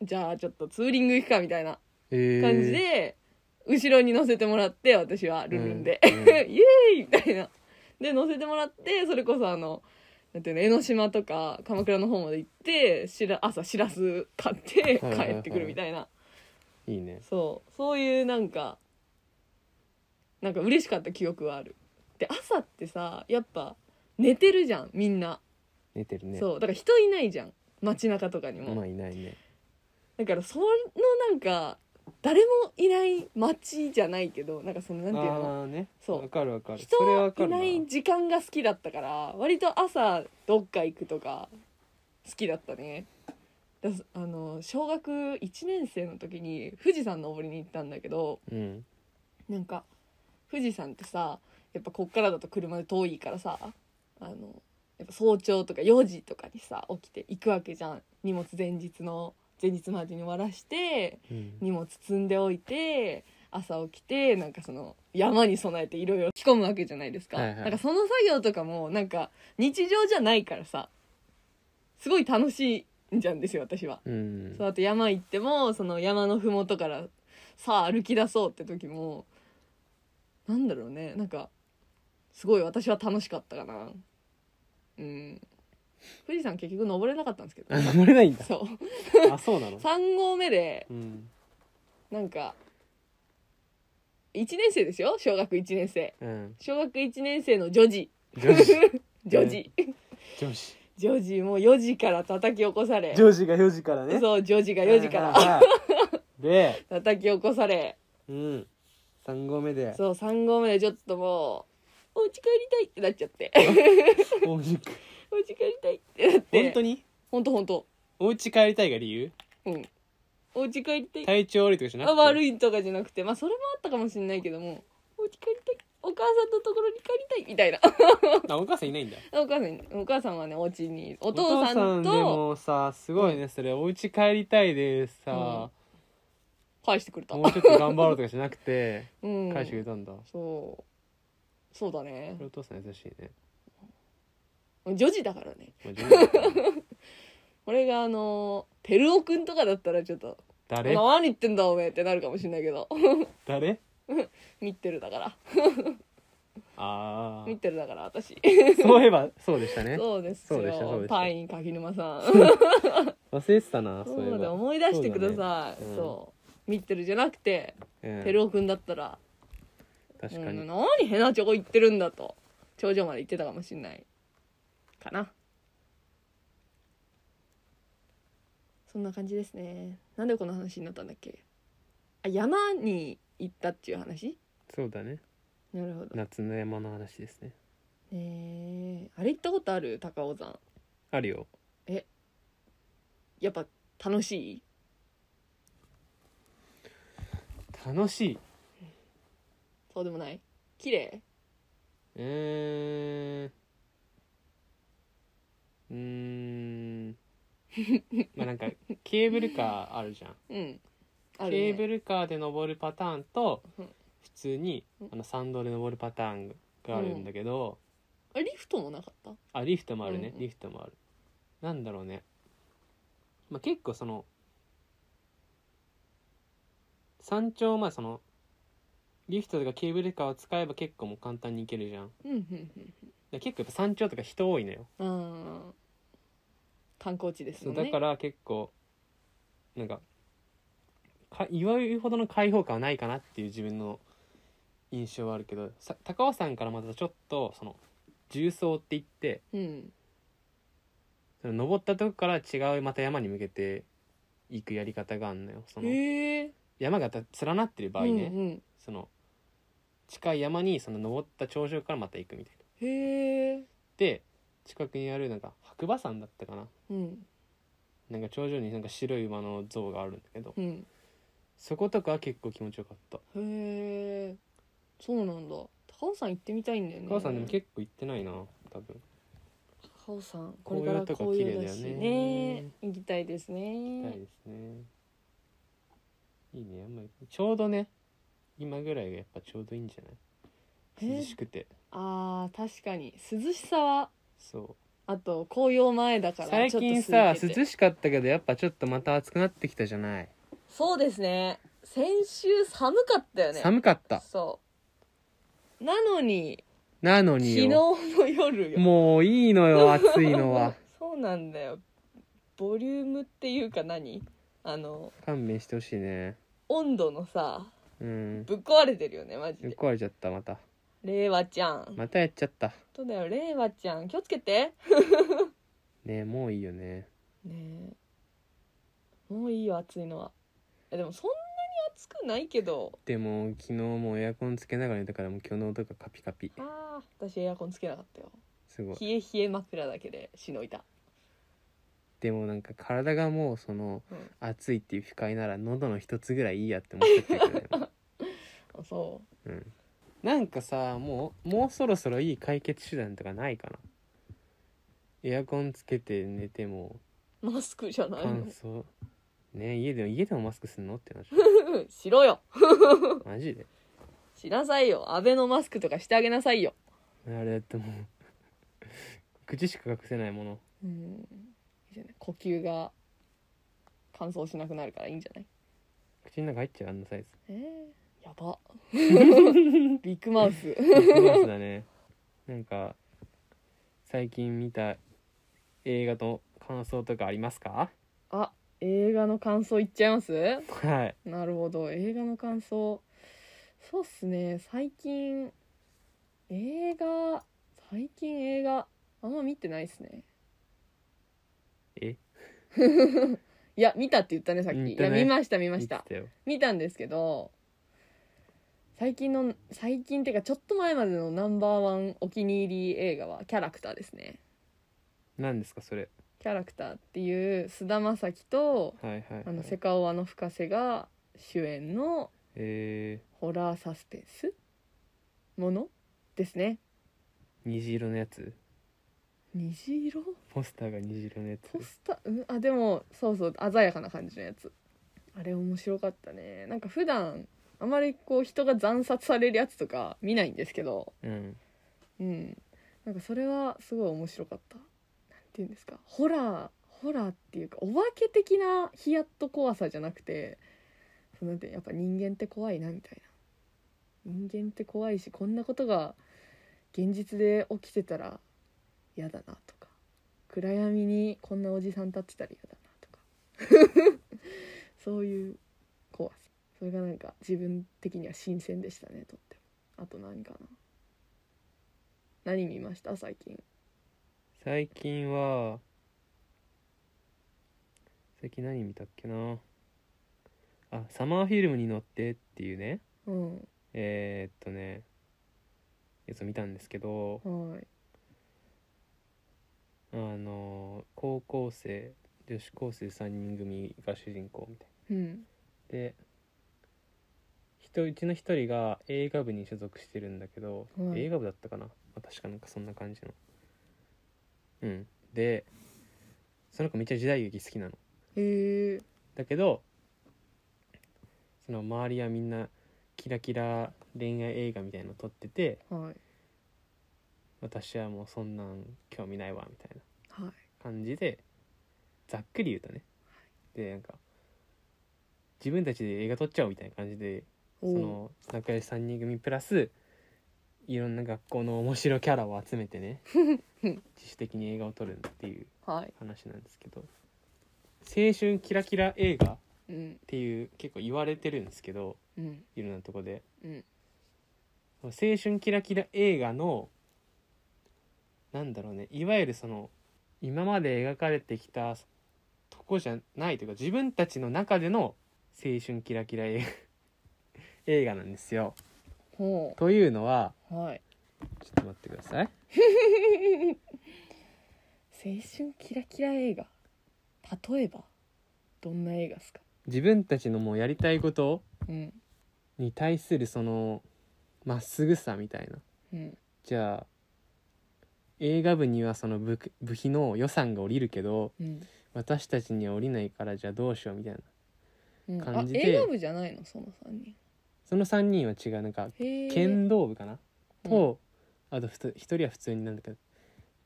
じゃあちょっとツーリング行くかみたいなえー、感じで、後ろに乗せてもらって私はルンルンで、うんうん イエーイみたいなで乗せてもらってそれこそあのなんていうの江ノ島とか鎌倉の方まで行ってしら朝しらす買ってはいはいはい帰ってくるみたいな、いいねそうそういうなんかなんか嬉しかった記憶はあるで朝ってさやっぱ寝てるじゃんみんな、寝てるねそうだから人いないじゃん街中とかにも、まあいないねだからそのなんか誰もいない街じゃないけどなんかそのなんていうのああねそうわかるわかる人それはわかいるなない時間が好きだったから割と朝どっか行くとか好きだったねだあの小学1年生の時に富士山登りに行ったんだけどうんなんか富士山ってさやっぱこっからだと車で遠いからさあのやっぱ早朝とか4時とかにさ起きて行くわけじゃん荷物前日の前日までに終わらしてうん荷物積んでおいて朝起きてなんかその山に備えていろいろ着込むわけじゃないですか、はいはいなんかその作業とかもなんか日常じゃないからさすごい楽しいんじゃんですよ私は、うんそうあと山行ってもその山の麓からさあ歩き出そうって時もなんだろうねなんかすごい私は楽しかったかなうん富士山結局登れなかったんですけ どあ登れないんだそうあそうなの3合目でうんなんか1年生ですよ小学1年生うん小学1年生の女児女子女児女子女児もう4時から叩き起こされ女子が4時からねそう女児が4時かはいらはいはいで叩き起こされうん3合目でそう3合目でちょっともうお家帰りたいってなっちゃって おうじくお家帰りたいってなって本当にほんとほんとお家帰りたいが理由うんお家帰りたい体調悪いとかじゃなくあて悪いいとかじゃなくてまあそれもあったかもしれないけどもお家帰りたいお母さんのところに帰りたいみたいな あお母さんいないんだお母さんお母さんはねお家におお父さん父でともさすごいねそれお家帰りたいでさ返してくれた、もうちょっと頑張ろうとかじゃなくてうん、返してくれたんだそうそうだねこれお父さん優しいね女児だからねまあ自分だから俺があのペルオくんとかだったらちょっと「誰何言ってんだおめえ」ってなるかもしれないけど 誰ミッテルだからあミッテルだから私あそういえばそうでしたねそうですそうでしたそうよでしたパイン柿 沼さん忘れてたなそういそえうだば思い出してくださいそうだそう,、ねうんミッテルじゃなくてうんペルオくんだったら「確うかん、に何ヘナチョコ言ってるんだ」と頂上まで行ってたかもしれないかなそんな感じですねなんでこの話になったんだっけあ山に行ったっていう話そうだねなるほどね夏の山の話ですねえあれ行ったことある高尾山あるよやっぱ楽しい楽しいそうでもない綺麗うーんうーん まあなんかケーブルカーあるじゃん、うんある、ね、ケーブルカーで登るパターンとうん普通にうんあの山道で登るパターンがあるんだけど、あリフトもなかったあリフトもあるね、うんリフトもあるなんだろうね、まあ、結構その山頂まあそのリフトとかケーブルカーを使えば結構もう簡単に行けるじゃんだかうんうんうんら結構やっぱ山頂とか人多いのようん観光地ですそようねだから結構なんかかいうほどの開放感はないかなっていう自分の印象はあるけどさ高尾山からまたちょっとその重層って言ってうんその登ったとこから違うまた山に向けて行くやり方があるのよそのへえ山がた連なってる場合ね、うんうん、その近い山にその登った頂上からまた行くみたいな。へえで近くにあるなんか白馬山だったかなうんなんか頂上になんか白い馬の像があるんだけどうんそことかは結構気持ちよかったへえそうなんだ高尾山行ってみたいんだよね高尾山でも結構行ってないな多分高尾山これから紅葉と紅葉かだし綺麗だよねね行きたいですね行きたいですねいいねあんまりちょうどね今ぐらいがやっぱちょうどいいんじゃない涼しくてあー確かに涼しさはそうあと紅葉前だから最近ちょさっと空いてて涼しかったけどやっぱちょっとまた暑くなってきたじゃないそうですね先週寒かったよね寒かったそうなのになの昨に日よの夜よもういいの よ暑いのはそうなんだよボリュームっていうか何あの勘弁してほしいね温度のさうんぶっ壊れてるよねマジで壊れちゃったまた令和ちゃんまたやっちゃったそうだよ令和ちゃん気をつけてねもういいよねねえもういいよ暑いのはえでもそんなに暑くないけどでも昨日もうエアコンつけながら寝たからもう今日の音がカピカピああ私エアコンつけなかったよすごい冷え冷え枕だけでしのいた、でもなんか体がもうそのうん、暑いっていう不快なら喉の一つぐらいいいやって思っちゃったけどね、あそうん、なんかさもうもうそろそろいい解決手段とかないかなエアコンつけて寝てもうマスクじゃないの乾燥ね家でも家でもマスクすんのって 話しろよマジでしなさいよアベノマスクとかしてあげなさいよ、あれだってもう 口しか隠せないものうん、いいじゃない呼吸が乾燥しなくなるからいいんじゃない口の中入っちゃうあんな サイズえー、や ばビッグマウスビッグマウスだねなんか最近見た映画の感想とかありますかあ映画の感想いっちゃいますはいなるほど映画の感想そうっすね最近映画最近映画あんま見てないっすねえいや見たって言ったねさっき、見いたやね見ました見ま見してたたよ見たんですけど最近の最近っていうかちょっと前までのナンバーワンお気に入り映画は「キャラクター」ですね何ですかそれ「キャラクター」っていう菅田将暉とはいはい、はい、あのセカオワの深瀬が主演のえホラーサスペンスものですねー、虹色のやつ虹色ポスターが虹色のやポつスター、うん、あでもそうそう鮮やかな感じのやつあれ面白かったねなんか普段あまりこう人が惨殺されるやつとか見ないんですけどうんうんなんかそれはすごい面白かったなんていうんですかホラーホラーっていうかお化け的なヒヤッと怖さじゃなくてそのなんてやっぱ人間って怖いなみたいな人間って怖いしこんなことが現実で起きてたら嫌だなとか暗闇にこんなおじさん立ってたら嫌だなとか そういう怖さそれがなんか自分的には新鮮でしたねとってもあと何かな何見ました最近最近は最近何見たっけなあサマーフィルムに乗ってっていうねうんえー、っとねやつを見たんですけどはいあの高校生女子高生3人組が主人公みたいうんなで人うちの一人が映画部に所属してるんだけど、はい映画部だったかな、まあ確かなんかそんな感じのうんでその子めっちゃ時代劇好きなのへえだけどその周りはみんなキラキラ恋愛映画みたいの撮っててはい私はもうそんなん興味ないわみたいなはい感じでざっくり言うとねでなんか自分たちで映画撮っちゃおうみたいな感じでそおうの仲良し3人組プラスいろんな学校の面白キャラを集めて ね自主的に映画を撮るっていうはい、話なんですけど青春キラキラ映画っうんていう結構言われてるんですけどうんいろんなとこでうん青春キラキラ映画のなんだろうねいわゆるその今まで描かれてきたとこじゃないというか自分たちの中での青春キラキラ映画 映画なんですよ。ほというのはうはいちょっと待ってください。青春キラキラ映画例えばどんな映画ですか自分たちのもうやりたいことうんに対するそのまっすぐさみたいなうんじゃあ映画部にはその部部費の予算が下りるけどうん私たちには下りないからじゃあどうしようみたいなうんあ感じで映画部じゃないのその3人その3人は違うなんかへえ剣道部かな、とあとふと一人は普通になんだか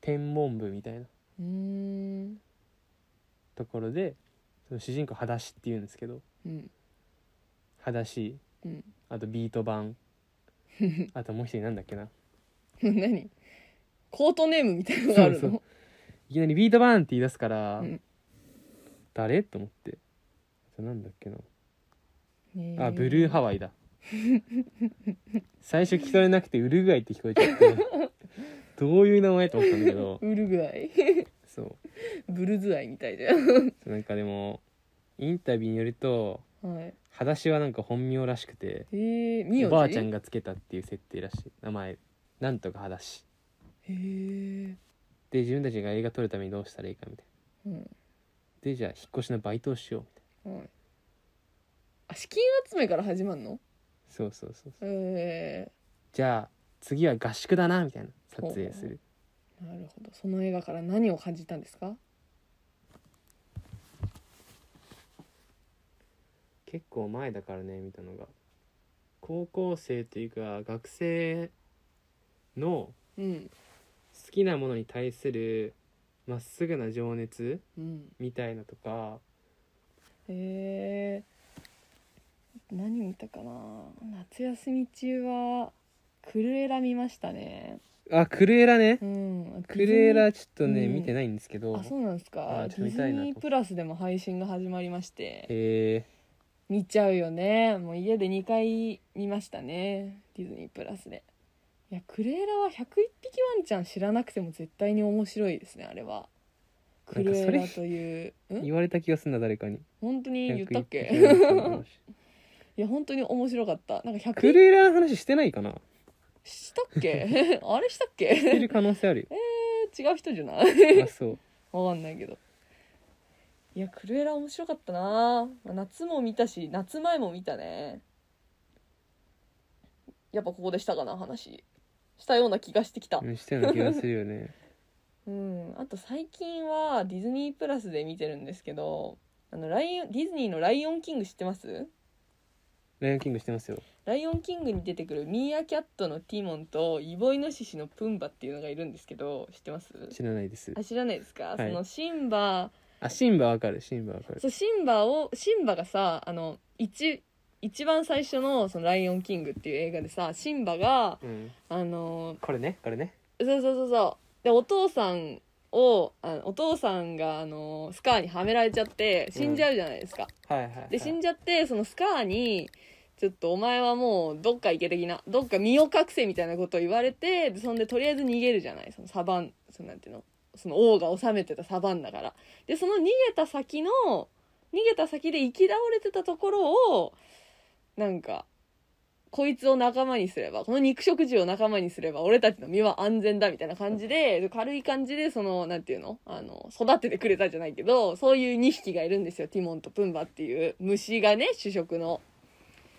天文部みたいなうんところでその主人公裸足っていうんですけどうん 裸足うんあとビート 版あともう一人なんだっけな何コートネームみたいなのがあるのそうそういきなりビート版って言い出すから、うん誰と思ってあとなんだっけなねえあブルーハワイだ 最初聞かれなくてウルグアイって聞こえちゃってどういう名前と思ったんだけどウルグアイ そうブルズアイみたいじゃんなんかでもインタビューによるとはい裸足はなんか本名らしくてえー、ミオおばあちゃんがつけたっていう設定らしい名前なんとか裸足へえで自分たちが映画撮るためにどうしたらいいかみたいうんなでじゃあ引っ越しのバイトをしようみたいはいあ資金集めから始まるのなそうそうそうそうえじゃあ次は合宿だなみたいな撮影するー、なるほどその映画から何を感じたんですか結構前だからね見たのが高校生というか学生のうん好きなものに対するまっすぐな情熱うんみたいなとかへえー、何見たかな夏休み中はクルエラ見ましたねあクルエラねうんクルエラちょっとね、うん見てないんですけどあそうなんですかあデちょっと見ィズたいなと思ってニープラスでも配信が始まりましてえ見ちゃうよねもう家で2回見ましたねディズニープラスでいやクレーラは101匹ワンちゃん知らなくても絶対に面白いですねあれはクなんかレそれーラというんー、言われた気がすんな誰かに本当に言ったっけ いや本当に面白かったなんかク100ルエラの話してないかなしたっけ あれしたっしてけ る可能性ある違う人じゃないよあそうわかんないけどいやクルエラ面白かったなまあ夏も見たし夏前も見たねやっぱここでしたかな話したような気がしてきたうんしてるような気がするよねうんあと最近はディズニープラスで見てるんですけどあのライオンディズニーの「ライオンキング」知ってますライオンキングしてますよライオンキングに出てくるミーアキャットのティモンとイボイノシシのプンバっていうのがいるんですけど知ってます知らないですあ知らないですか、いそのシンバあシンバわかるシンバわかるそうシンバをシンバがさあの一一番最初の「そのライオンキング」っていう映画でさシンバがうんあのこれねこれねそうそうそうそうでお父さんをあお父さんがあのスカーにはめられちゃって死んじゃうじゃないですか、はいはい、はい、で死んじゃってそのスカーに「ちょっとお前はもうどっか行け的などっか身を隠せ」みたいなことを言われてでそんでとりあえず逃げるじゃないそのサバンそのなんていうのその王が治めてたサバンだからでその逃げた先の逃げた先で行き倒れてたところをなんかこいつを仲間にすればこの肉食獣を仲間にすれば俺たちの身は安全だみたいな感じで軽い感じでそのなんていうのあの育ててくれたじゃないけどそういう2匹がいるんですよティモンとプンバっていう虫がね主食の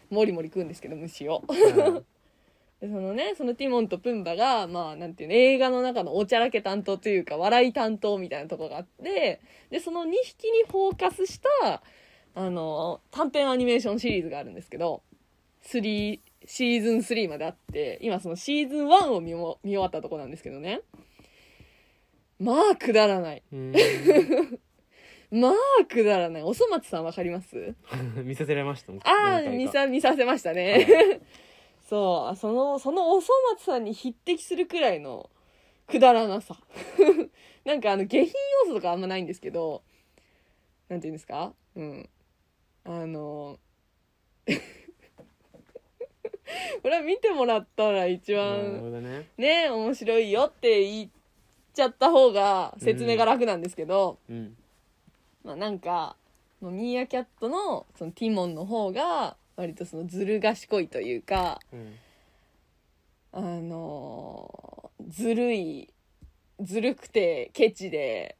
もりもり食うんですけど虫を。うんでそのねそのティモンとプンバがまあなんていうの映画の中のおちゃらけ担当というか笑い担当みたいなとこがあってでその2匹にフォーカスしたあの短編アニメーションシリーズがあるんですけど3シーズン3まであって今そのシーズン1を見も見終わったとこなんですけどねまあくだらないうんまあくだらないおそ松さんわかります見させられましたもん ああ何見回かさ見させましたね、はい そうそのそのおそ松さんに匹敵するくらいのくだらなさ なんかあの下品要素とかあんまないんですけどなんて言うんですかうんあの これは見てもらったら一なる番ほどねね面白いよって言っちゃった方が説明が楽なんですけど、うんまあなんか、まあミーアキャットのそのティモンの方が割とそのずる賢いというか、うんあのーずるい、ずるくてケチで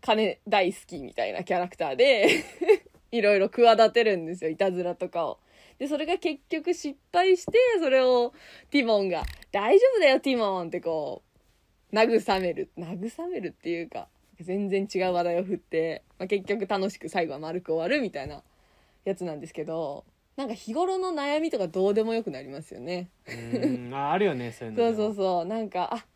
金大好きみたいなキャラクターで いろいろ企てるんですよ、いたずらとかを。で、それが結局失敗して、それをティモンが、大丈夫だよティモンってこう、慰める。慰めるっていうか、全然違う話題を振って、まあ、結局楽しく最後は丸く終わるみたいなやつなんですけど、なんか日頃の悩みとかどうでもよくなりますよね。うんああるよねそういうのねそうそうそうなんかあ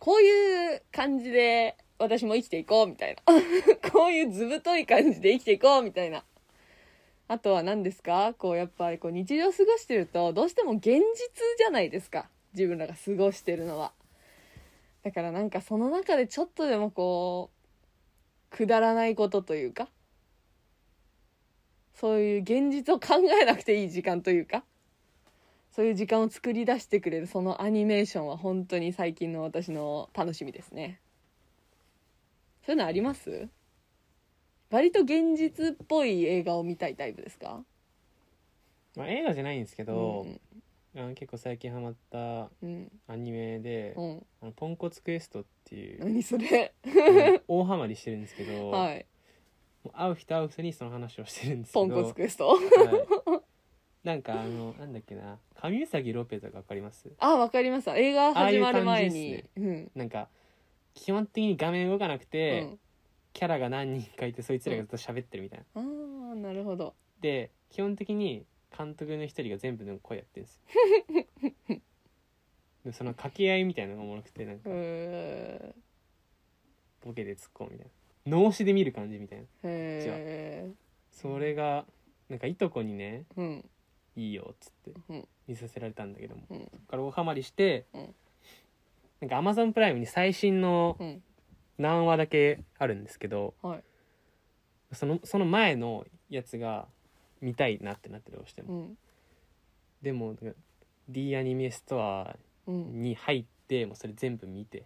こういう感じで私も生きていこうみたいな こういう図太い感じで生きていこうみたいなあとは何ですかこうやっぱりこう日常過ごしてるとどうしても現実じゃないですか自分らが過ごしてるのはだからなんかその中でちょっとでもこうくだらないことというかそういう現実を考えなくていい時間というかそういう時間を作り出してくれるそのアニメーションは本当に最近の私の楽しみですねそういうのあります割と現実っぽい映画を見たいタイプですかまあ映画じゃないんですけどんあの結構最近ハマったうんアニメでうんあのポンコツクエストっていう何それうん 大ハマりしてるんですけどもはいう会う人会う人にその話をしてるんですけポどンコツクエストはいなんかあのなんだっけな神うさぎロペとかわかりますあわかりました映画始まる前ああいにう感うんなんか基本的に画面動かなくうて、んキャラが何人かいてそいつらがずっと喋ってるみたいな、ああなるほどで基本的に監督の一人が全部の声やってるんです よでその掛け合いみたいなのがおもろくてなんうかーんボケで突っ込むみたいな脳死で見る感じみたいなへえそれがなんかいとこにねうんいいよっつってうん見させられたんだけども、うんそっから大ハマりして、うんなんかアマゾンプライムに最新のうん何話だけあるんですけどはいそのその前のやつが見たいなってなってどうしても、うんでもなんか D アニメストアうんに入ってもうそれ全部見て、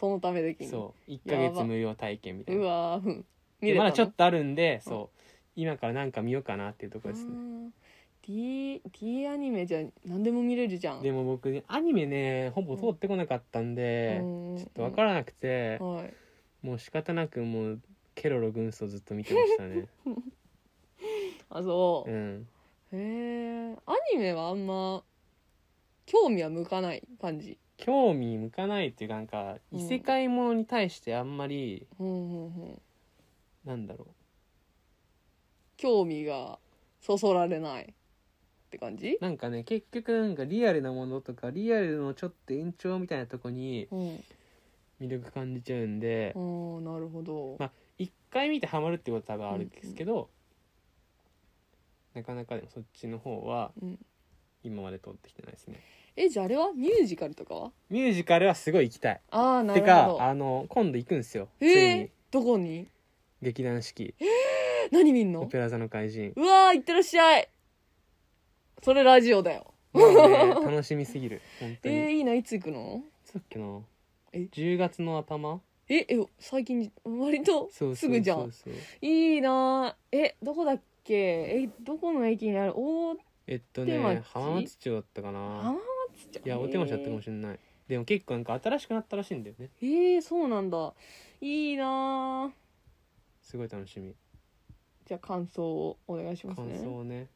そのためだけにそう1やばヶ月無料体験みたいうなわーうんでまだちょっとあるんで、うんそう今からなんか見ようかなっていうところですね、あー D, D アニメじゃ何でも見れるじゃんでも僕ねアニメねほぼ通ってこなかったんで、うんちょっと分からなくて、はいもう仕方なくもうケロロ軍曹ずっと見てました ねあそうう、んへえアニメはあんま興味は向かない感じ興味向かないっていうかなんかうん異世界ものに対してあんまり、うんうんうんなんだろ興味がそそられないって感じうなんかね結局なんかリアルなものとかリアルのちょっと延長みたいなとこにうん魅力感じちゃうんであーなるほど、ま一回見てハマるってことは多分あるんですけど、なかなかでもそっちの方はうん、今まで通ってきてないですねえじゃああれはミュージカルとかはミュージカルはすごい行きたいああなてるかほどあの今度行くんですよついえにー、どこに劇団四季え何見んオのペラ座の怪 人うわーいってらっしゃいそれラジオだよもうね楽しみすぎる本当に、えー、いいないつ行くのそうだっけなえ10月の頭ええ最近割そとうそうすぐじゃんそうそういいなぁえどこだっけえどこの駅にある大えっと手ね町浜松町だったかな浜松町いやお手町だったかもししれないでも結構なんか新しくなったらしいんだよねれないえー、そうなんだいいなぁすごい楽しみじゃあ感想をお願いします感ね想をね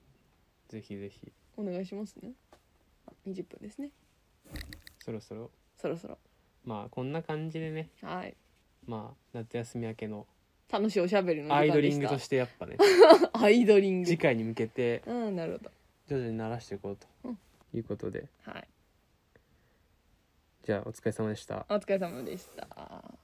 ぜひぜひお願いしますね20分ですねそろそろそろそろまあこんな感じでねはいまあ夏休み明けの楽しいおしゃべりのアイ時ド間リでンしグたとしてやっぱね アイドリング次回に向けてうんなるほ徐々に慣らしていこうとうんいうことでどはいじゃあお疲れ様でしたお疲れ様でした